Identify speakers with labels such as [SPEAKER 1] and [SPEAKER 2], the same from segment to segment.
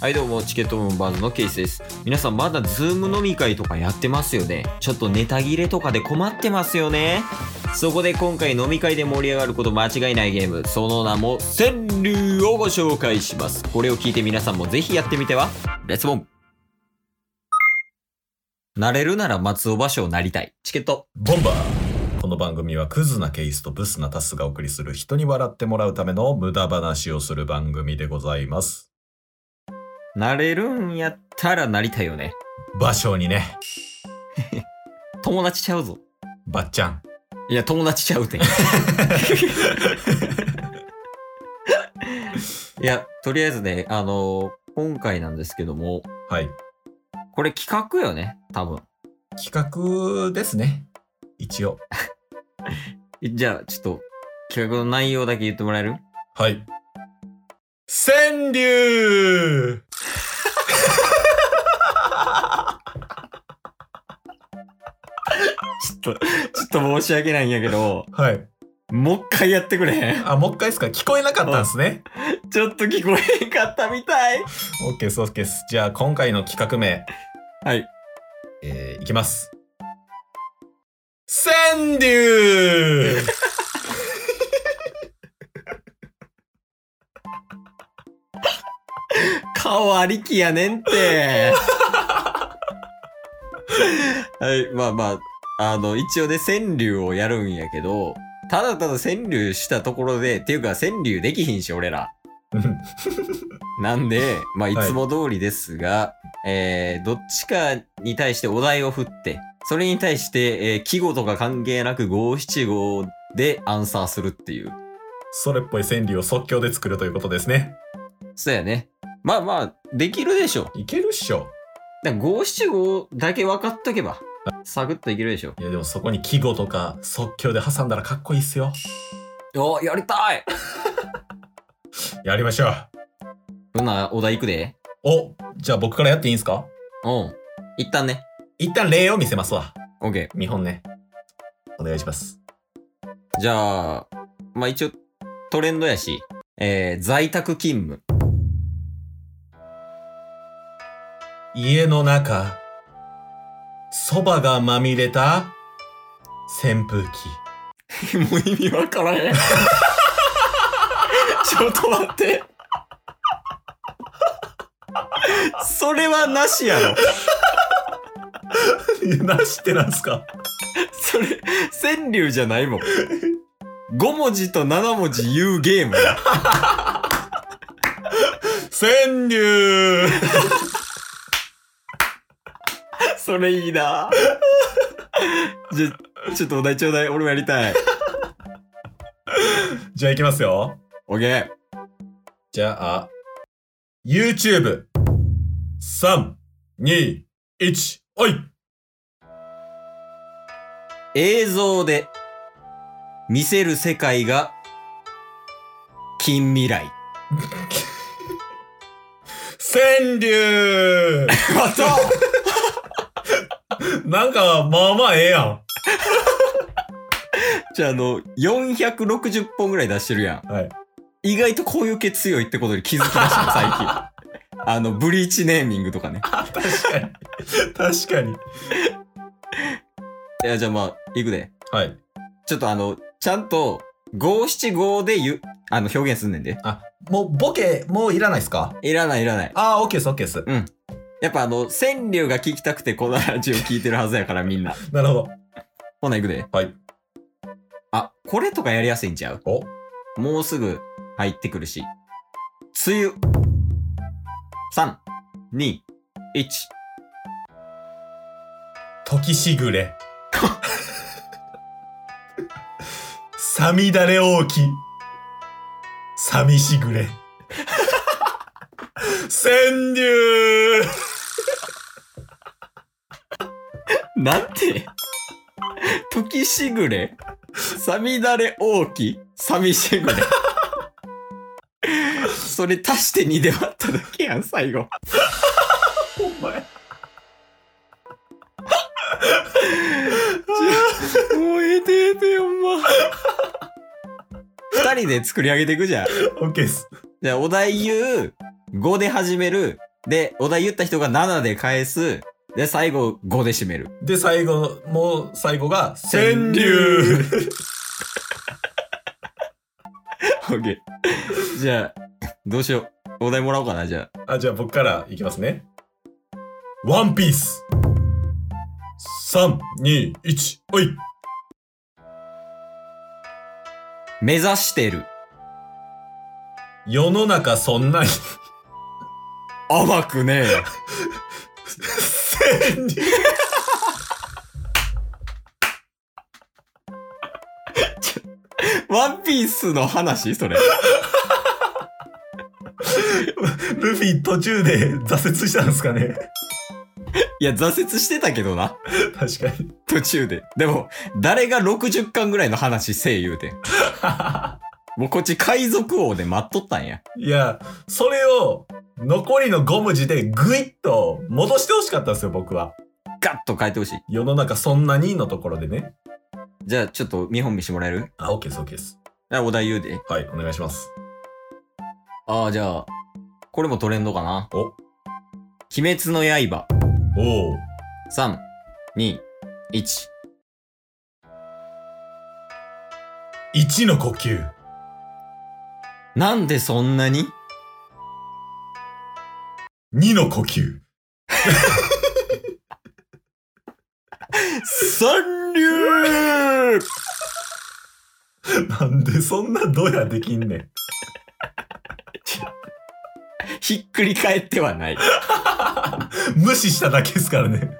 [SPEAKER 1] はいどうもチケットボンバーズのケイスです皆さんまだズーム飲み会とかやってますよねちょっとネタ切れとかで困ってますよねそこで今回飲み会で盛り上がること間違いないゲームその名も川柳をご紹介しますこれを聞いて皆さんもぜひやってみてはレッツボンなれるなら松尾芭蕉なりたいチケット
[SPEAKER 2] ボンバーこの番組はクズなケイスとブスなタスがお送りする人に笑ってもらうための無駄話をする番組でございます。
[SPEAKER 1] なれるんやったらなりたいよね
[SPEAKER 2] 場所にね、
[SPEAKER 1] 友達ちゃうぞ
[SPEAKER 2] ばっちゃん。
[SPEAKER 1] いや友達ちゃう てんいやとりあえずねあの今回なんですけども
[SPEAKER 2] はい。
[SPEAKER 1] これ企画よね多分
[SPEAKER 2] 企画ですね。一応。
[SPEAKER 1] じゃあちょっと企画の内容だけ言ってもらえる
[SPEAKER 2] はい。川柳
[SPEAKER 1] ちょっとちょっと申し訳ないんやけど
[SPEAKER 2] はい。
[SPEAKER 1] もう一回やってくれへん
[SPEAKER 2] あ、もう一回ですか聞こえなかったんですね。
[SPEAKER 1] ちょっと聞こえへんかったみたい
[SPEAKER 2] オッケーそうです。じゃあ今回の企画名、
[SPEAKER 1] はい
[SPEAKER 2] えー、いきます。川柳
[SPEAKER 1] 顔ありきやねんって。 はい、まあまあ、あの、一応ね、川柳をやるんやけど、ただただ川柳したところで、っていうか川柳できひんし、俺ら。なんで、まあ、いつも通りですが、えー、どっちかに対してお題を振って、それに対して、えー季語とか関係なく五七五でアンサーするっていう。
[SPEAKER 2] それっぽい川柳を即興で作るということですね。
[SPEAKER 1] そうやね。まあまあ、できるでしょ。
[SPEAKER 2] いけるっしょ。
[SPEAKER 1] だから五七五だけ分かっとけば、サクッといけるでしょ。
[SPEAKER 2] いやでもそこに季語とか即興で挟んだらかっこいいっすよ。
[SPEAKER 1] おやりたい
[SPEAKER 2] やりましょ
[SPEAKER 1] そんなお題いくで。
[SPEAKER 2] う。お、じゃあ僕からやっていいんすか
[SPEAKER 1] うん。一旦ね。
[SPEAKER 2] 一旦例を見せますわ。
[SPEAKER 1] オッケ
[SPEAKER 2] 見本ね。お願いします。
[SPEAKER 1] ー。じゃあ、まあ一応トレンドやし、えー、在宅勤務。
[SPEAKER 2] 家の中、蕎麦がまみれた扇風機。
[SPEAKER 1] もう意味わからへん。 ちょっと待って。それはなしやろ。
[SPEAKER 2] なしってなんすか
[SPEAKER 1] それ、川柳じゃないもん。5文字と7文字言うゲームや。
[SPEAKER 2] 川柳
[SPEAKER 1] それいい なじゃ、ちょっとお題ちょうだい。俺もやりたい。
[SPEAKER 2] じゃあいきますよ。
[SPEAKER 1] オッケー。
[SPEAKER 2] じゃあ、YouTube。3、2、1、おい
[SPEAKER 1] 映像で見せる世界が近未来。
[SPEAKER 2] 川柳
[SPEAKER 1] また
[SPEAKER 2] なんか、まあまあええやん。
[SPEAKER 1] じゃあ、あの、460本ぐらい出してるやん。
[SPEAKER 2] はい
[SPEAKER 1] 意外とこういう系強いってことに気づきました ね、最近。あの、ブリーチネーミングとかね。
[SPEAKER 2] 確かに。確かに。
[SPEAKER 1] いや、じゃあまあ、いくで。
[SPEAKER 2] はい。
[SPEAKER 1] ちょっとあの、ちゃんと、五七五で言う、あの、表現すんねんで。
[SPEAKER 2] あ、もうボケ、もういらないっすか
[SPEAKER 1] いらないいらない。
[SPEAKER 2] あー、オッケーです、オッケーです。
[SPEAKER 1] やっぱあの、川柳が聞きたくてこのラジオ聞いてるはずやからみんな。
[SPEAKER 2] なるほど。
[SPEAKER 1] ほな、いくで。
[SPEAKER 2] はい。
[SPEAKER 1] あ、これとかやりやすいんちゃう
[SPEAKER 2] お
[SPEAKER 1] もうすぐ入ってくるし。梅雨。3、2、1。
[SPEAKER 2] 時しぐれ。さみだれ大き。さみしぐれ。川柳
[SPEAKER 1] なんて時しぐれさみだれ大き寂しぐれ。それ足して2で割っただけやん、最後。
[SPEAKER 2] お前。
[SPEAKER 1] もうええてええて、ほんま。二人で作り上げていくじゃん。
[SPEAKER 2] オッケーです。
[SPEAKER 1] じゃあ、お題言う、5で始める、で、お題言った人が7で返す。で、最後5で締める。
[SPEAKER 2] で、最後、もう最後が、
[SPEAKER 1] 川
[SPEAKER 2] 川
[SPEAKER 1] 柳
[SPEAKER 2] 柳
[SPEAKER 1] OK。じゃあ、どうしよう。お題もらおうかな、じゃあ。
[SPEAKER 2] あ、じゃあ僕からいきますね。ワンピース !3、2、1、おい
[SPEAKER 1] 目指してる。
[SPEAKER 2] 世の中そんなに
[SPEAKER 1] 甘くねえ。
[SPEAKER 2] 川柳
[SPEAKER 1] ワンピースの話それ。
[SPEAKER 2] ルフィ途中で挫折したんですかね
[SPEAKER 1] いや、挫折してたけどな。
[SPEAKER 2] 確かに。
[SPEAKER 1] 途中で。でも、誰が60巻ぐらいの話せえ言うてん。もうこっち海賊王で待っとったんや。
[SPEAKER 2] いや、それを残りの5文字でぐいっと戻してほしかったんですよ、僕は。
[SPEAKER 1] ガッと変えてほしい。
[SPEAKER 2] 世の中そんなにのところでね。
[SPEAKER 1] じゃあ、ちょっと見本見してもらえる
[SPEAKER 2] あ、OK です、OK です。
[SPEAKER 1] あお題言うで。
[SPEAKER 2] はい、お願いします。
[SPEAKER 1] ああ、じゃあ、これもトレンドかな。
[SPEAKER 2] お、
[SPEAKER 1] 鬼滅の刃。
[SPEAKER 2] おう
[SPEAKER 1] 3、2、1。
[SPEAKER 2] 1の呼吸。
[SPEAKER 1] なんでそんなに
[SPEAKER 2] 2の呼吸。
[SPEAKER 1] 三流
[SPEAKER 2] なんでそんなドヤできんねん。
[SPEAKER 1] ひっくり返ってはない。
[SPEAKER 2] 無視しただけですからね。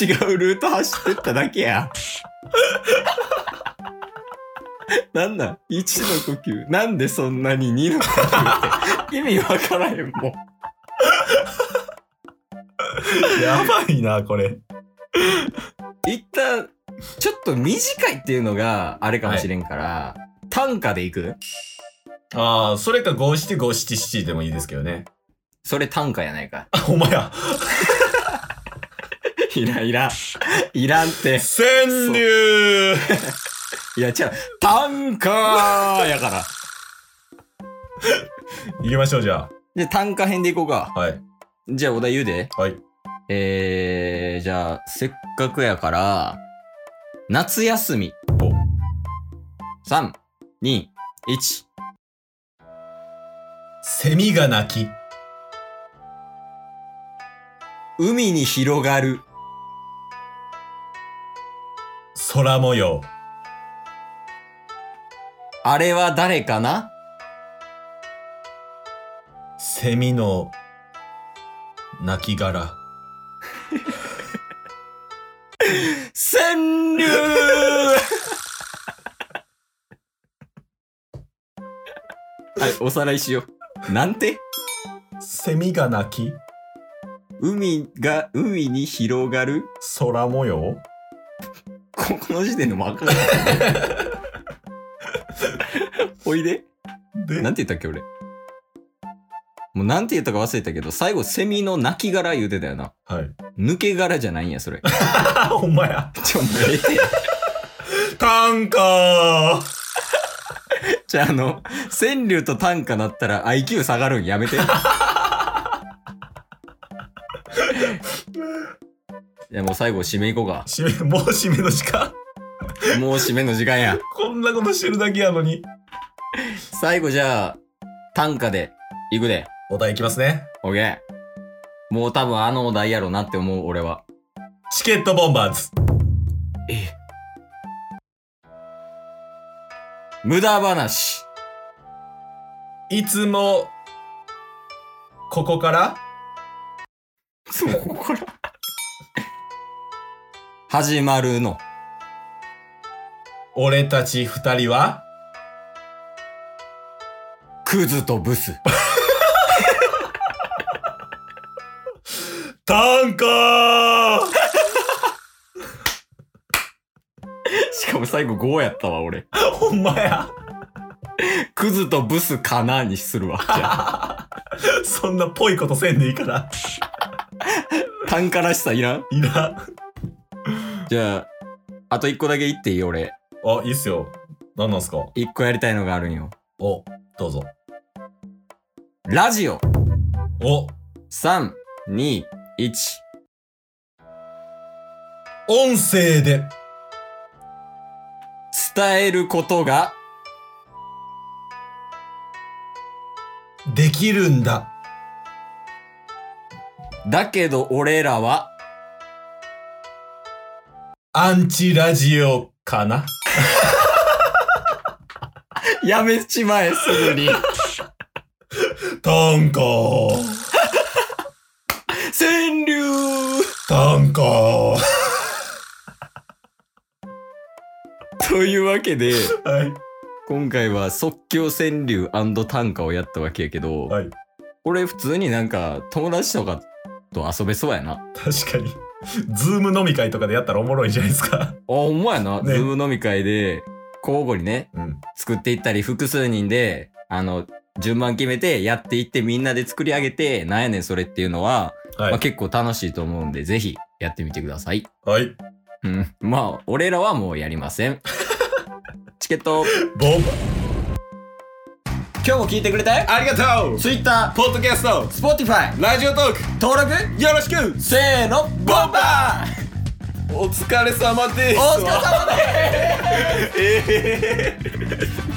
[SPEAKER 1] 違うルート走ってっただけや。なんなん ?1 の呼吸。なんでそんなに2の呼吸って意味わからへんもん。
[SPEAKER 2] やばいな、これ。
[SPEAKER 1] 一旦、ちょっと短いっていうのがあれかもしれんから、短歌でいく
[SPEAKER 2] ああ、それか五七五七七でもいいですけどね。
[SPEAKER 1] それ短歌やないか。
[SPEAKER 2] あ、ほんまや。
[SPEAKER 1] いらんいらん。いらんって。
[SPEAKER 2] 川
[SPEAKER 1] い
[SPEAKER 2] 柳
[SPEAKER 1] や、違う。短歌やから。
[SPEAKER 2] 行きましょう、じゃ
[SPEAKER 1] で、短歌編でいこうか。
[SPEAKER 2] あ。はい。
[SPEAKER 1] じゃあお題言うで。
[SPEAKER 2] はい。
[SPEAKER 1] えー、じゃあ、せっかくやから、夏休み。3、2、1。
[SPEAKER 2] セミが鳴き。
[SPEAKER 1] 海に広がる。
[SPEAKER 2] 空模様。
[SPEAKER 1] あれは誰かな
[SPEAKER 2] セミの鳴き殻。
[SPEAKER 1] 川柳はい、おさらいしよう。なんて
[SPEAKER 2] セミが鳴き。
[SPEAKER 1] 海が、海に広がる
[SPEAKER 2] 空模様。
[SPEAKER 1] ここの時点でもわかんない。おいで。
[SPEAKER 2] で、
[SPEAKER 1] なんて言ったっけ俺。もうなんて言ったか忘れたけど、最後セミの亡き殻言うてたよな。
[SPEAKER 2] はい。
[SPEAKER 1] 抜け殻じゃないんや、それ。
[SPEAKER 2] あ、ほんまや。
[SPEAKER 1] ちょ、もうええて。
[SPEAKER 2] 短歌
[SPEAKER 1] じゃあ、あの、川柳と短歌なったら IQ 下がるんやめ て。いや、もう最後締めいこうか。
[SPEAKER 2] 締め、もう締めの時間
[SPEAKER 1] もう締めの時間や。
[SPEAKER 2] こんなことしてるだけやのに。
[SPEAKER 1] 最後じゃあ、短歌で、いくで。
[SPEAKER 2] お題いきますね。
[SPEAKER 1] オッケー。もう多分あのお題やろなって思う、俺は。
[SPEAKER 2] チケットボンバーズ。
[SPEAKER 1] え無駄話。
[SPEAKER 2] いつも、ここから
[SPEAKER 1] そう、ここから。始まるの。
[SPEAKER 2] 俺たち二人は、
[SPEAKER 1] クズとブス。
[SPEAKER 2] 短 歌
[SPEAKER 1] しかも最後5やったわ、俺。
[SPEAKER 2] ほんまや。
[SPEAKER 1] クズとブスかなにするわ。じゃあ、
[SPEAKER 2] そんなぽいことせんでいいから。
[SPEAKER 1] 単価らしさいらん
[SPEAKER 2] いら。
[SPEAKER 1] じゃあ、あと1個だけ言っていい俺。
[SPEAKER 2] あ、いいっすよ。何なんすか
[SPEAKER 1] 1個やりたいのがあるんよ。
[SPEAKER 2] お、どうぞ。
[SPEAKER 1] ラジオ。
[SPEAKER 2] お
[SPEAKER 1] 3、2、1。
[SPEAKER 2] 音声で
[SPEAKER 1] 伝えることが
[SPEAKER 2] できるんだ
[SPEAKER 1] だけど俺らは
[SPEAKER 2] アンチラジオかな
[SPEAKER 1] やめちまえすぐに
[SPEAKER 2] トンコ
[SPEAKER 1] 川柳
[SPEAKER 2] トンコ
[SPEAKER 1] というわけで
[SPEAKER 2] はい
[SPEAKER 1] 今回は即興川柳短歌をやったわけやけど、
[SPEAKER 2] はい
[SPEAKER 1] 俺普通になんか友達とかと遊べそうやなあ
[SPEAKER 2] 確かにズーム飲み会とかでやったらおもろいんじゃないですか
[SPEAKER 1] ほんまやな、
[SPEAKER 2] ね
[SPEAKER 1] ズーム飲み会で交互にね
[SPEAKER 2] うん
[SPEAKER 1] 作っていったり複数人であの順番決めてやっていってみんなで作り上げてなんやねんそれっていうのは、
[SPEAKER 2] はい、
[SPEAKER 1] まあ、結構楽しいと思うんでぜひやってみてください
[SPEAKER 2] はい
[SPEAKER 1] うん まあ俺らはもうやりません チケット
[SPEAKER 2] ボン
[SPEAKER 1] 今日も聞いてくれた
[SPEAKER 2] ありがとう
[SPEAKER 1] Twitter、
[SPEAKER 2] ポッドキャスト
[SPEAKER 1] Spotify
[SPEAKER 2] ラジオトーク
[SPEAKER 1] 登録
[SPEAKER 2] よろしく
[SPEAKER 1] せーのボンバー
[SPEAKER 2] お疲れ様です
[SPEAKER 1] お疲れ様です
[SPEAKER 2] ええ